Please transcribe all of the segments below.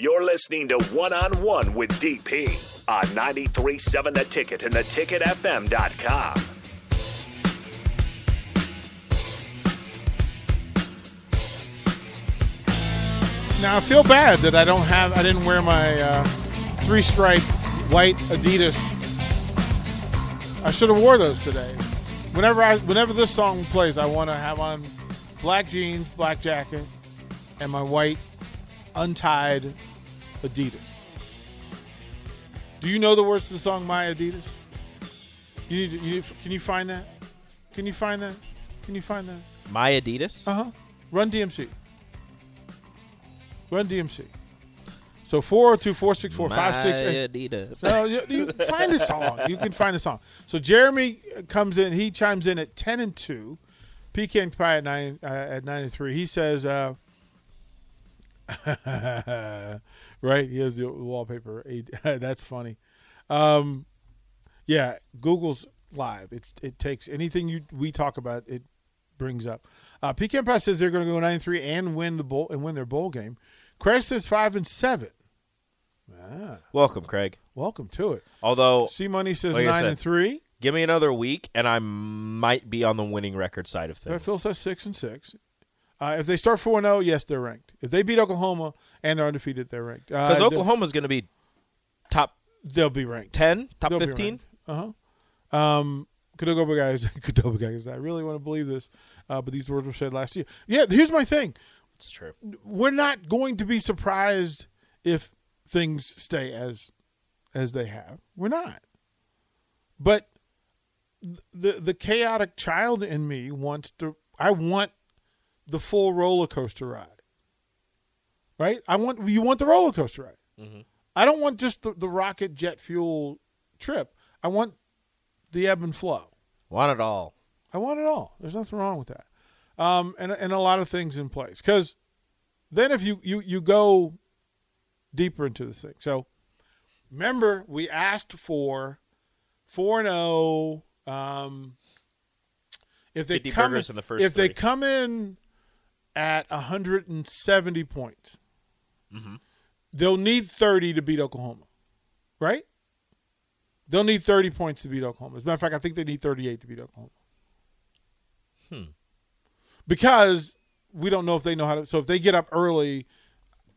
You're listening to One on One with DP on 93.7 The Ticket and theticketfm.com. Now I feel bad that I don't have, I didn't wear my uh, three-stripe white Adidas. I should have wore those today. Whenever I, whenever this song plays, I want to have on black jeans, black jacket, and my white untied Adidas. Do you know the words to the song "My Adidas"? You need, to, you need, can you find that? Can you find that? Can you find that? My Adidas. Uh huh. Run DMC. Run DMC. So four two four six four five six. My and- Adidas. So you, you find the song. You can find the song. So Jeremy comes in. He chimes in at ten and two. PK and Pie at nine uh, at nine and three. He says, uh, "Right, he has the wallpaper. That's funny." Um, yeah, Google's live. It's it takes anything you we talk about. It brings up. Uh, PK and Pie says they're going to go nine and three and win the bowl and win their bowl game. Craig says five and seven. Ah, Welcome, Craig. welcome to it. Although, C Money says Like I nine said. and three. give me another week, and I might be on the winning record side of Red things. Phil says six and six. Uh, if they start four and zero, yes, they're ranked. If they beat Oklahoma and are undefeated, they're ranked. Uh, Because they'll- Oklahoma's going to be top they'll be ranked. ten, top They'll be fifteen. ranked. Uh-huh. Um, Cadoba guys, Cadoba guys. I really want to believe this, uh, but these words were said last year. Yeah, here's my thing. It's true. We're not going to be surprised if things stay as as they have. We're not. But th- the the chaotic child in me wants to. I want the full roller coaster ride. Right? I want you want the roller coaster ride. I don't want just the, the rocket jet fuel trip. I want the ebb and flow. Want it all. I want it all. There's nothing wrong with that. Um, and and a lot of things in place because then if you you you go deeper into this thing. So remember, we asked for four and zero. Um, if they 50 come in, burgers in the first if they three. come in at 170 points, Mm-hmm. they'll need 30 to beat Oklahoma, right? They'll need 30 points to beat Oklahoma. As a matter of fact, I think they need 38 to beat Oklahoma. Because we don't know if they know how to. So if they get up early,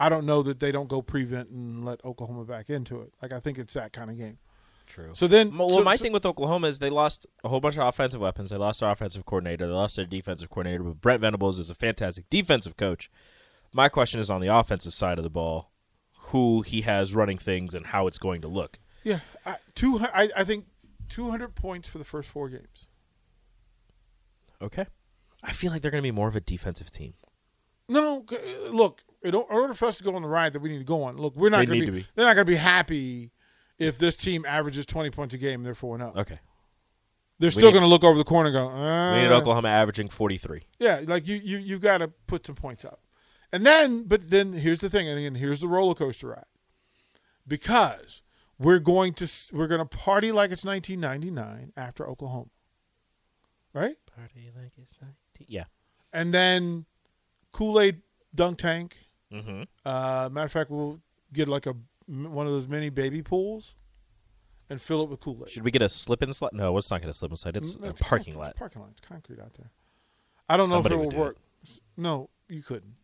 I don't know that they don't go prevent and let Oklahoma back into it. Like I think it's that kind of game. True. So then, well, so- my so- thing with Oklahoma is they lost a whole bunch of offensive weapons. They lost their offensive coordinator. They lost their defensive coordinator. But Brent Venables is a fantastic defensive coach. My question is on the offensive side of the ball, who he has running things and how it's going to look. yeah, I, two. hu- I, I think two hundred points for the first four games. Okay. I feel like they're going to be more of a defensive team. No, c- uh, look, in o- in order for us to go on the ride that we need to go on, look, we're not They going need to to be. be. They're not going to be happy if this team averages twenty points a game and they're four and zero. Okay. They're still Uh, need- going to look over the corner and go. We Uh, need Oklahoma averaging 43. Yeah, like you you you got to put some points up, and then but then here's the thing, and again here's the roller coaster ride. because we're going to s- we're going to party like it's 1999 after Oklahoma, right? Party like it's 19. Yeah. And then Kool Aid Dunk Tank. Mm-hmm. Uh, matter of fact, we'll get like a m- one of those mini baby pools and fill it with Kool Aid. Should we get a slip and slide? No, it's not going to slip and slide. It's a parking lot. parking lot. Mm, It's concrete out there. I don't Somebody know if it would do will work. S- No, you couldn't,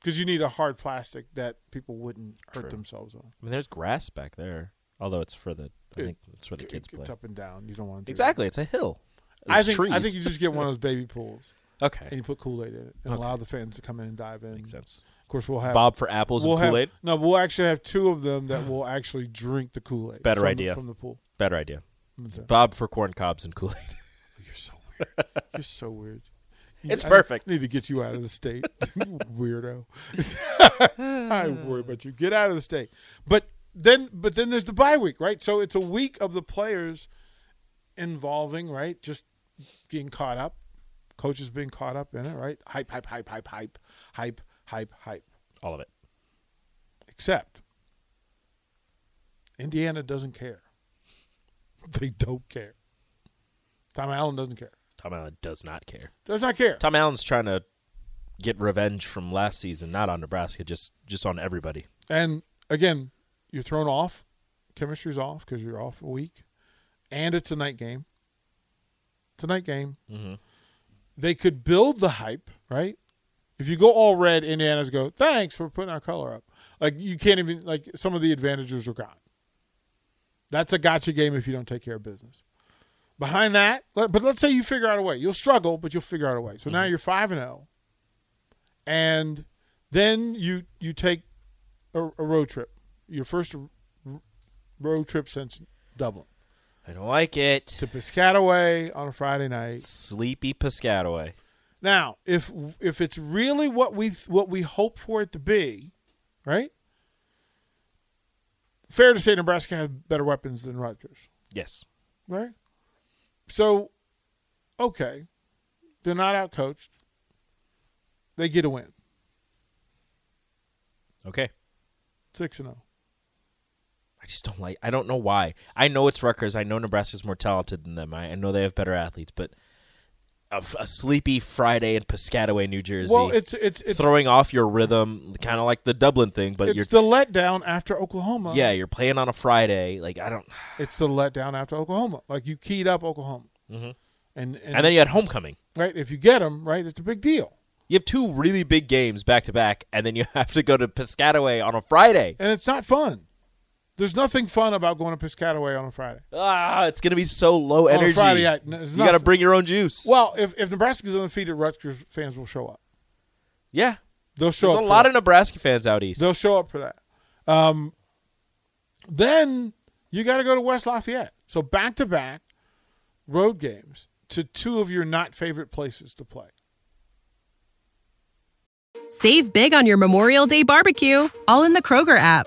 because you need a hard plastic that people wouldn't hurt True. themselves on. I mean, there's grass back there. Although it's for the, I It- think it's where the It- kids play. It's up and down. You don't want to do that. Exactly. It's a hill. I There's think trees. I think you just get one of those baby pools and okay. you put Kool Aid in it and Okay. allow the fans to come in and dive in. Makes sense. Of course, we'll have Bob for apples uh, We'll and have Kool Aid. no. We'll actually have two of them that will actually drink the Kool Aid. Better from idea. the, from the pool. Better idea. That's it. Bob for corn cobs and Kool Aid. You're so weird. You're so weird. You- It's I perfect. Need to get you out of the state, You weirdo. I worry about you. Get out of the state. But then, but then there's the bye week, right? So it's a week of the players involving, right? Just getting caught up, coaches being caught up in it, right? Hype, hype, hype, hype, hype, hype, hype, hype. All of it. Except Indiana doesn't care. They don't care. Tom Allen doesn't care. Tom Allen does not care. Does not care. Tom Allen's trying to get revenge from last season, not on Nebraska, just just on everybody. And again, you're thrown off. Chemistry's off because you're off a week, and it's a night game. Tonight game. Mhm. They could build the hype, right? If you go all red, Indiana's go. Thanks for putting our color up. Like you can't even like some of the advantages are gone. That's a gotcha game if you don't take care of business. Behind that, let- but let's say you figure out a way. You'll struggle, but you'll figure out a way. So now you're five and zero, and then you you take a, a road trip. Your first r- road trip since Dublin I don't like it. to Piscataway on a Friday night. Sleepy Piscataway. Now, if if it's really what we what we hope for it to be, right? Fair to say Nebraska has better weapons than Rutgers, Yes. right? So, okay, they're not outcoached. They get a win, Okay. six and oh. zero. I just don't like. I don't know why. I know it's Rutgers. I know Nebraska's more talented than them. I, I know they have better athletes, but a, f- a sleepy Friday in Piscataway, New Jersey, Well, it's it's it's throwing off your rhythm, kind of like the Dublin thing. But you're it's the letdown after Oklahoma. yeah, you're playing on a Friday. Like I don't. it's the letdown after Oklahoma. Like you keyed up Oklahoma, Mhm. and, and And then you had homecoming. right if you get them right, it's a big deal, You have two really big games back to back, and then you have to go to Piscataway on a Friday. and it's not fun. There's nothing fun about going to Piscataway on a Friday. Ah, it's gonna be so low a energy. Friday night, no, you it's got to nothing. bring your own juice. Well, if if Nebraska's undefeated, Rutgers fans will show up. yeah, They'll show there's a up. for lot that. of Nebraska fans out east. They'll show up for that. Um, then you got to go to West Lafayette. So back to back road games to two of your not favorite places to play. Save big on your Memorial Day barbecue, all in the Kroger app.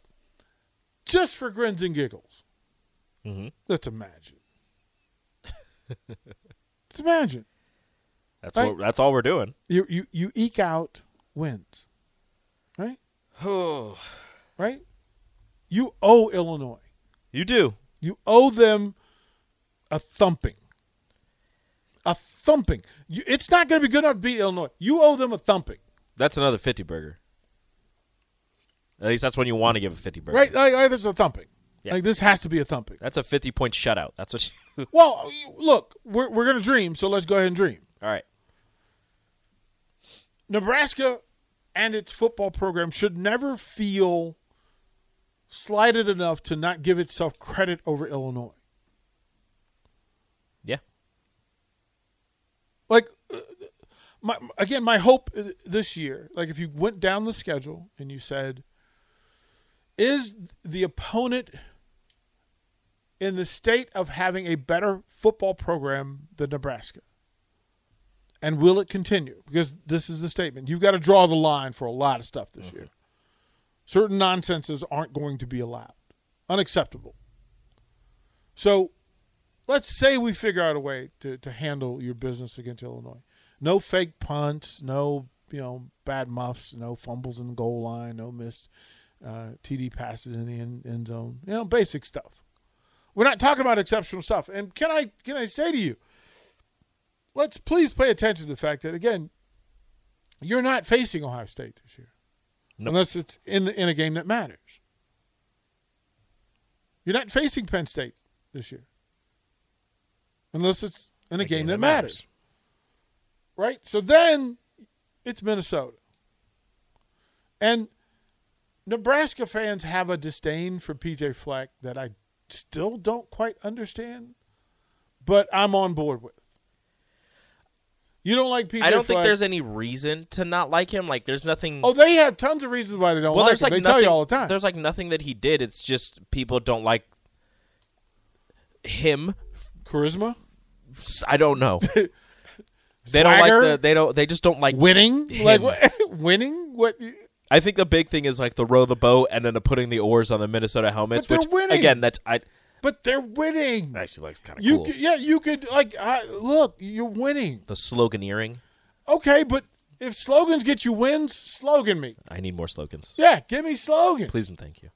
just for grins and giggles, Mhm. let's imagine. let's imagine that's right. what, that's all we're doing. you you you eke out wins, right? Oh, Right? You owe Illinois. you do. You owe them a thumping. A thumping. You, it's not going to be good enough to beat Illinois. You owe them a thumping, That's another fifty burger. At least that's when you want to give a fifty burger. right? uh, Like, like this is a thumping. Yeah. Like this has to be a thumping. That's a fifty point shutout. That's what. You, Well, you- look, we're we're going to dream, so let's go ahead and dream. all right. Nebraska and its football program should never feel slighted enough to not give itself credit over Illinois. Yeah. Like, uh, my again, my hope uh, this year, like if you went down the schedule and you said Is the opponent in the state of having a better football program than Nebraska? And will it continue? Because this is the statement. You've got to draw the line for a lot of stuff this year. Certain nonsenses aren't going to be allowed, unacceptable. So let's say we figure out a way to, to handle your business against Illinois. No fake punts, no you know bad muffs, no fumbles in the goal line, no missed uh, TD passes in the end, end zone. You know, basic stuff. We're not talking about exceptional stuff. And can I can I say to you, let's please pay attention to the fact that again, you're not facing Ohio State this year, Nope. unless it's in in a game that matters. You're not facing Penn State this year, unless it's in a, game, that matters. right? So then it's Minnesota, and Nebraska fans have a disdain for PJ Flack that I still don't quite understand, but I'm on board with. You don't like PJ. I don't think Fleck? there's any reason to not like him. Like, there's nothing. Oh, they have tons of reasons why they don't well, like there's him. like they nothing, tell you all the time. There's like nothing that he did. It's just people don't like him. charisma, I don't know. they don't like Swagger? the. They don't. They just don't like winning, like him. what, winning. What? I think the big thing is like the row the boat and then the putting the oars on the Minnesota helmets. But they're which winning. again, that's I But they're winning. actually looks kind of You cool. could, yeah, you could like I, look. You're winning. the sloganeering. Okay, but if slogans get you wins, slogan me. I need more slogans. Yeah, give me slogan. Please and thank you.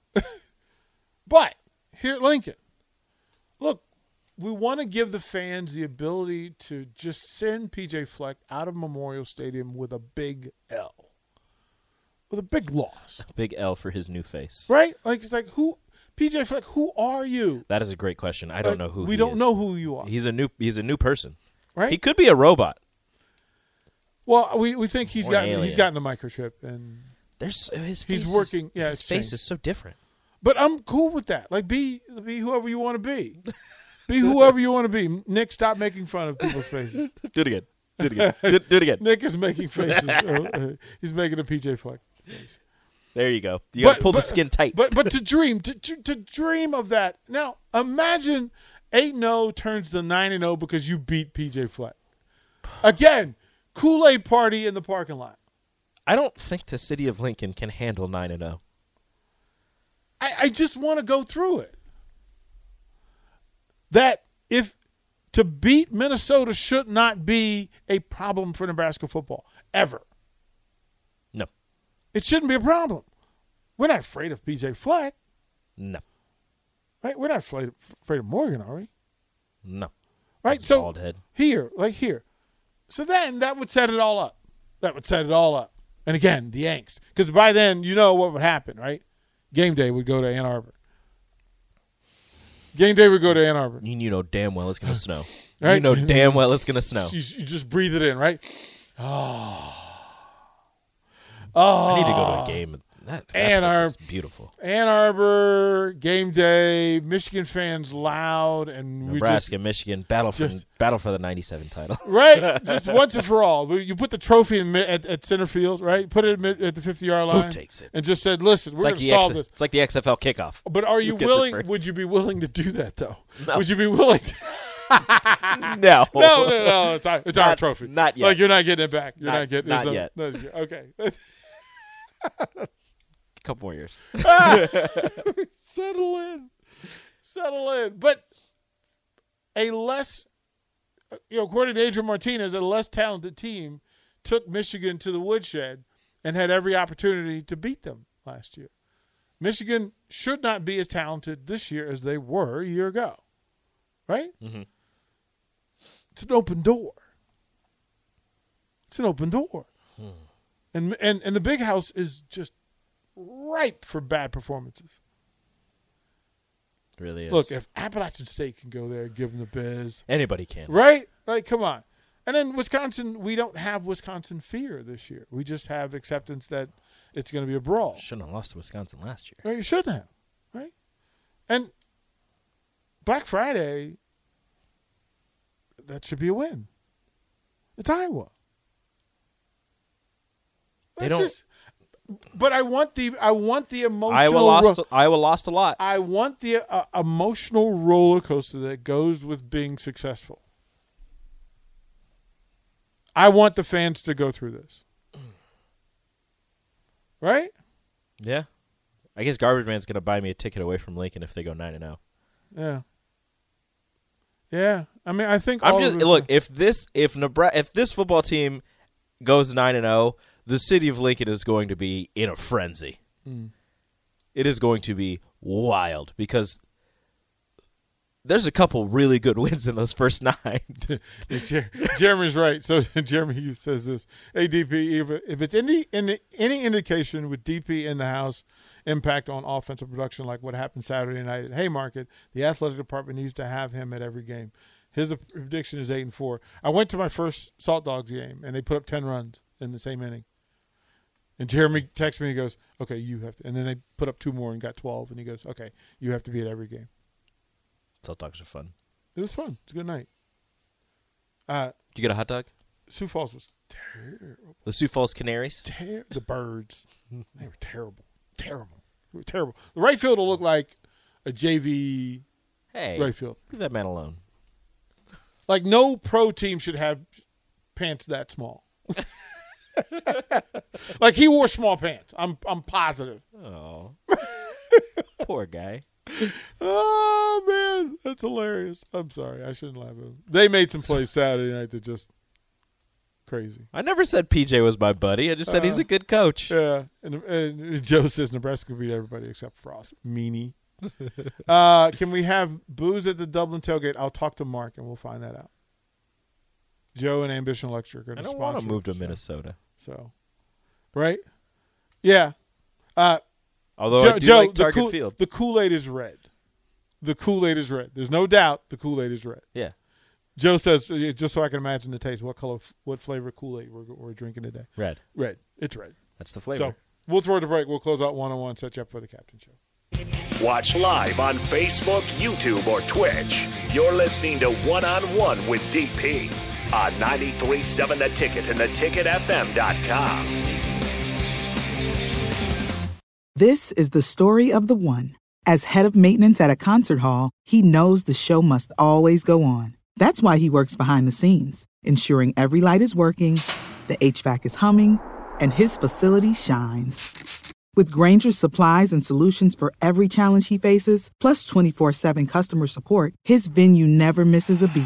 But here at Lincoln, look, we want to give the fans the ability to just send PJ Fleck out of Memorial Stadium with a big L, with a big loss, Big L for his new face. right? Like it's like who PJ Fleck, who are you? That is a great question. I don't Like, know who we he don't is. know who you are, He's a new he's a new person. right? He could be a robot. well, we, we think he's Or an gotten he's alien. gotten the microchip, and There's his face He's is- working- yeah, his it's face strange. is so different. but I'm cool with that. Like be be whoever you want to be, be whoever you want to be. Nick, stop making fun of people's faces. Do it again. Do it again. do, do it again. Nick is making faces. Uh, uh, he's making a PJ Fleck. face. There you go. You gotta But- pull the but- skin tight. But but to dream to, to, to dream of that. Now imagine eight and zero turns to nine and zero because you beat PJ Fleck. Again, Kool Aid party in the parking lot. I don't think the city of Lincoln can handle nine and oh. zero. I, I just want to go through it. That if to beat Minnesota should not be a problem for Nebraska football ever. No, It shouldn't be a problem. We're not afraid of PJ Fleck. no, Right? We're not afraid afraid of Morgan, are we? no. Right? That's a so bald head. here, like here. So then that would set it all up. That would set it all up. And again, the angst. Because by then you know what would happen, right? Game day would go to Ann Arbor. Game day would go to Ann Arbor. You, you know damn well it's gonna snow. You Right. know damn well it's gonna snow. You, you just breathe it in, right? Ah. I need to go to a game. That, that Ann place Arbor. looks beautiful. Ah. Ann Arbor, game day, Michigan fans loud and Nebraska, Michigan, battle for just- battle for the '97 title. we just right just once and for all. We- You put the trophy in mid, at, at center field, right? Put it at mid, at the 50-yard line. takes it? And just said, "Listen, we're It's like, going to the solve X, this." it's like the XFL kickoff. But are you gets it willing? first? Would you be willing to do that though? No. Would you be willing? To, No, no, no, no. It's our, it's our Not- trophy. not yet. Like you're not getting it back. You're not, Not- getting. not there's yet. No, there's- okay. A couple more years. Settle in. Settle in. But a less, you know, according to Adrian Martinez, a less talented team took Michigan to the woodshed and had every opportunity to beat them last year. Michigan should not be as talented this year as they were a year ago, right? Mm-hmm. It's an open door. It's an open door, and and and the big house is just ripe for bad performances. It really is. Look, if Appalachian State can go there, give them the biz, anybody can. right? Like, come on. And then Wisconsin, we don't have Wisconsin fear this year. We just have acceptance that it's going to be a brawl. Shouldn't have lost to Wisconsin last year. Right, You should have, right? And Black Friday, that should be a win. It's Iowa. They That's don't- just- but I want the I want the emotional. Iowa ro- lost. Iowa lost a lot. I want the uh, emotional roller coaster that goes with being successful. I want the fans to go through this. Right? Yeah, I guess Garbage Man's gonna buy me a ticket away from Lincoln if they go nine and oh. zero. Yeah. Yeah. I mean, I think all I'm of just this- look if this if Nebraska if this football team goes nine and zero, the city of Lincoln is going to be in a frenzy. Hmm. It is going to be wild because there's a couple really good wins in those first nine. Jer- Jeremy's right. So Jeremy says this: ADP. If, if it's any, any any indication with DP in the house, impact on offensive production like what happened Saturday night at Haymarket, the athletic department needs to have him at every game. His prediction is eight and four. I went to my first Salt Dogs game and they put up ten runs in the same inning. And Jeremy texts me and goes, "Okay, you have to." And then they put up two more and got twelve. And he goes, "Okay, you have to be at every game." Salt dogs are fun. It was fun. It's a good night. Uh, Did you get a hot dog? Sioux Falls was terrible. The Sioux Falls Canaries. ter- the birds. They were terrible, terrible, they were terrible. The right fielder looked like a JV Hey, right field. leave that man alone. Like no pro team should have pants that small. like he wore small pants. I'm I'm positive. Oh, poor guy. Oh man, that's hilarious. I'm sorry, I shouldn't laugh at him. They made some plays Saturday night that just crazy. I never said PJ was my buddy. I just said he's a good coach. Uh, Yeah, and, and Joe says Nebraska beat everybody except Frost. Meanie. uh, can we have booze at the Dublin tailgate? I'll talk to Mark and we'll find that out. Joe and Ambition Lecture are going I to don't sponsor. want to move to so- Minnesota. So, right? Yeah. Uh, Although Joe, I do Joe, like the Target Kool- Field. The Kool Aid is red. The Kool Aid is red. There's no doubt the Kool Aid is red. Yeah. Joe says, uh, just so I can imagine the taste, what color, what flavor Kool Aid we're, we're drinking today? Red. Red. It's red. That's the flavor. So we'll throw it to break. We'll close out one on one, set you up for the captain show. Watch live on Facebook, YouTube, or Twitch. You're listening to One on One with DP on 93.7 The Ticket and theticketfm.com. This is the story of the one. As head of maintenance at a concert hall, he knows the show must always go on. That's why he works behind the scenes, ensuring every light is working, the HVAC is humming, and his facility shines. With Granger's supplies and solutions for every challenge he faces, plus 24 7 customer support, his venue never misses a beat.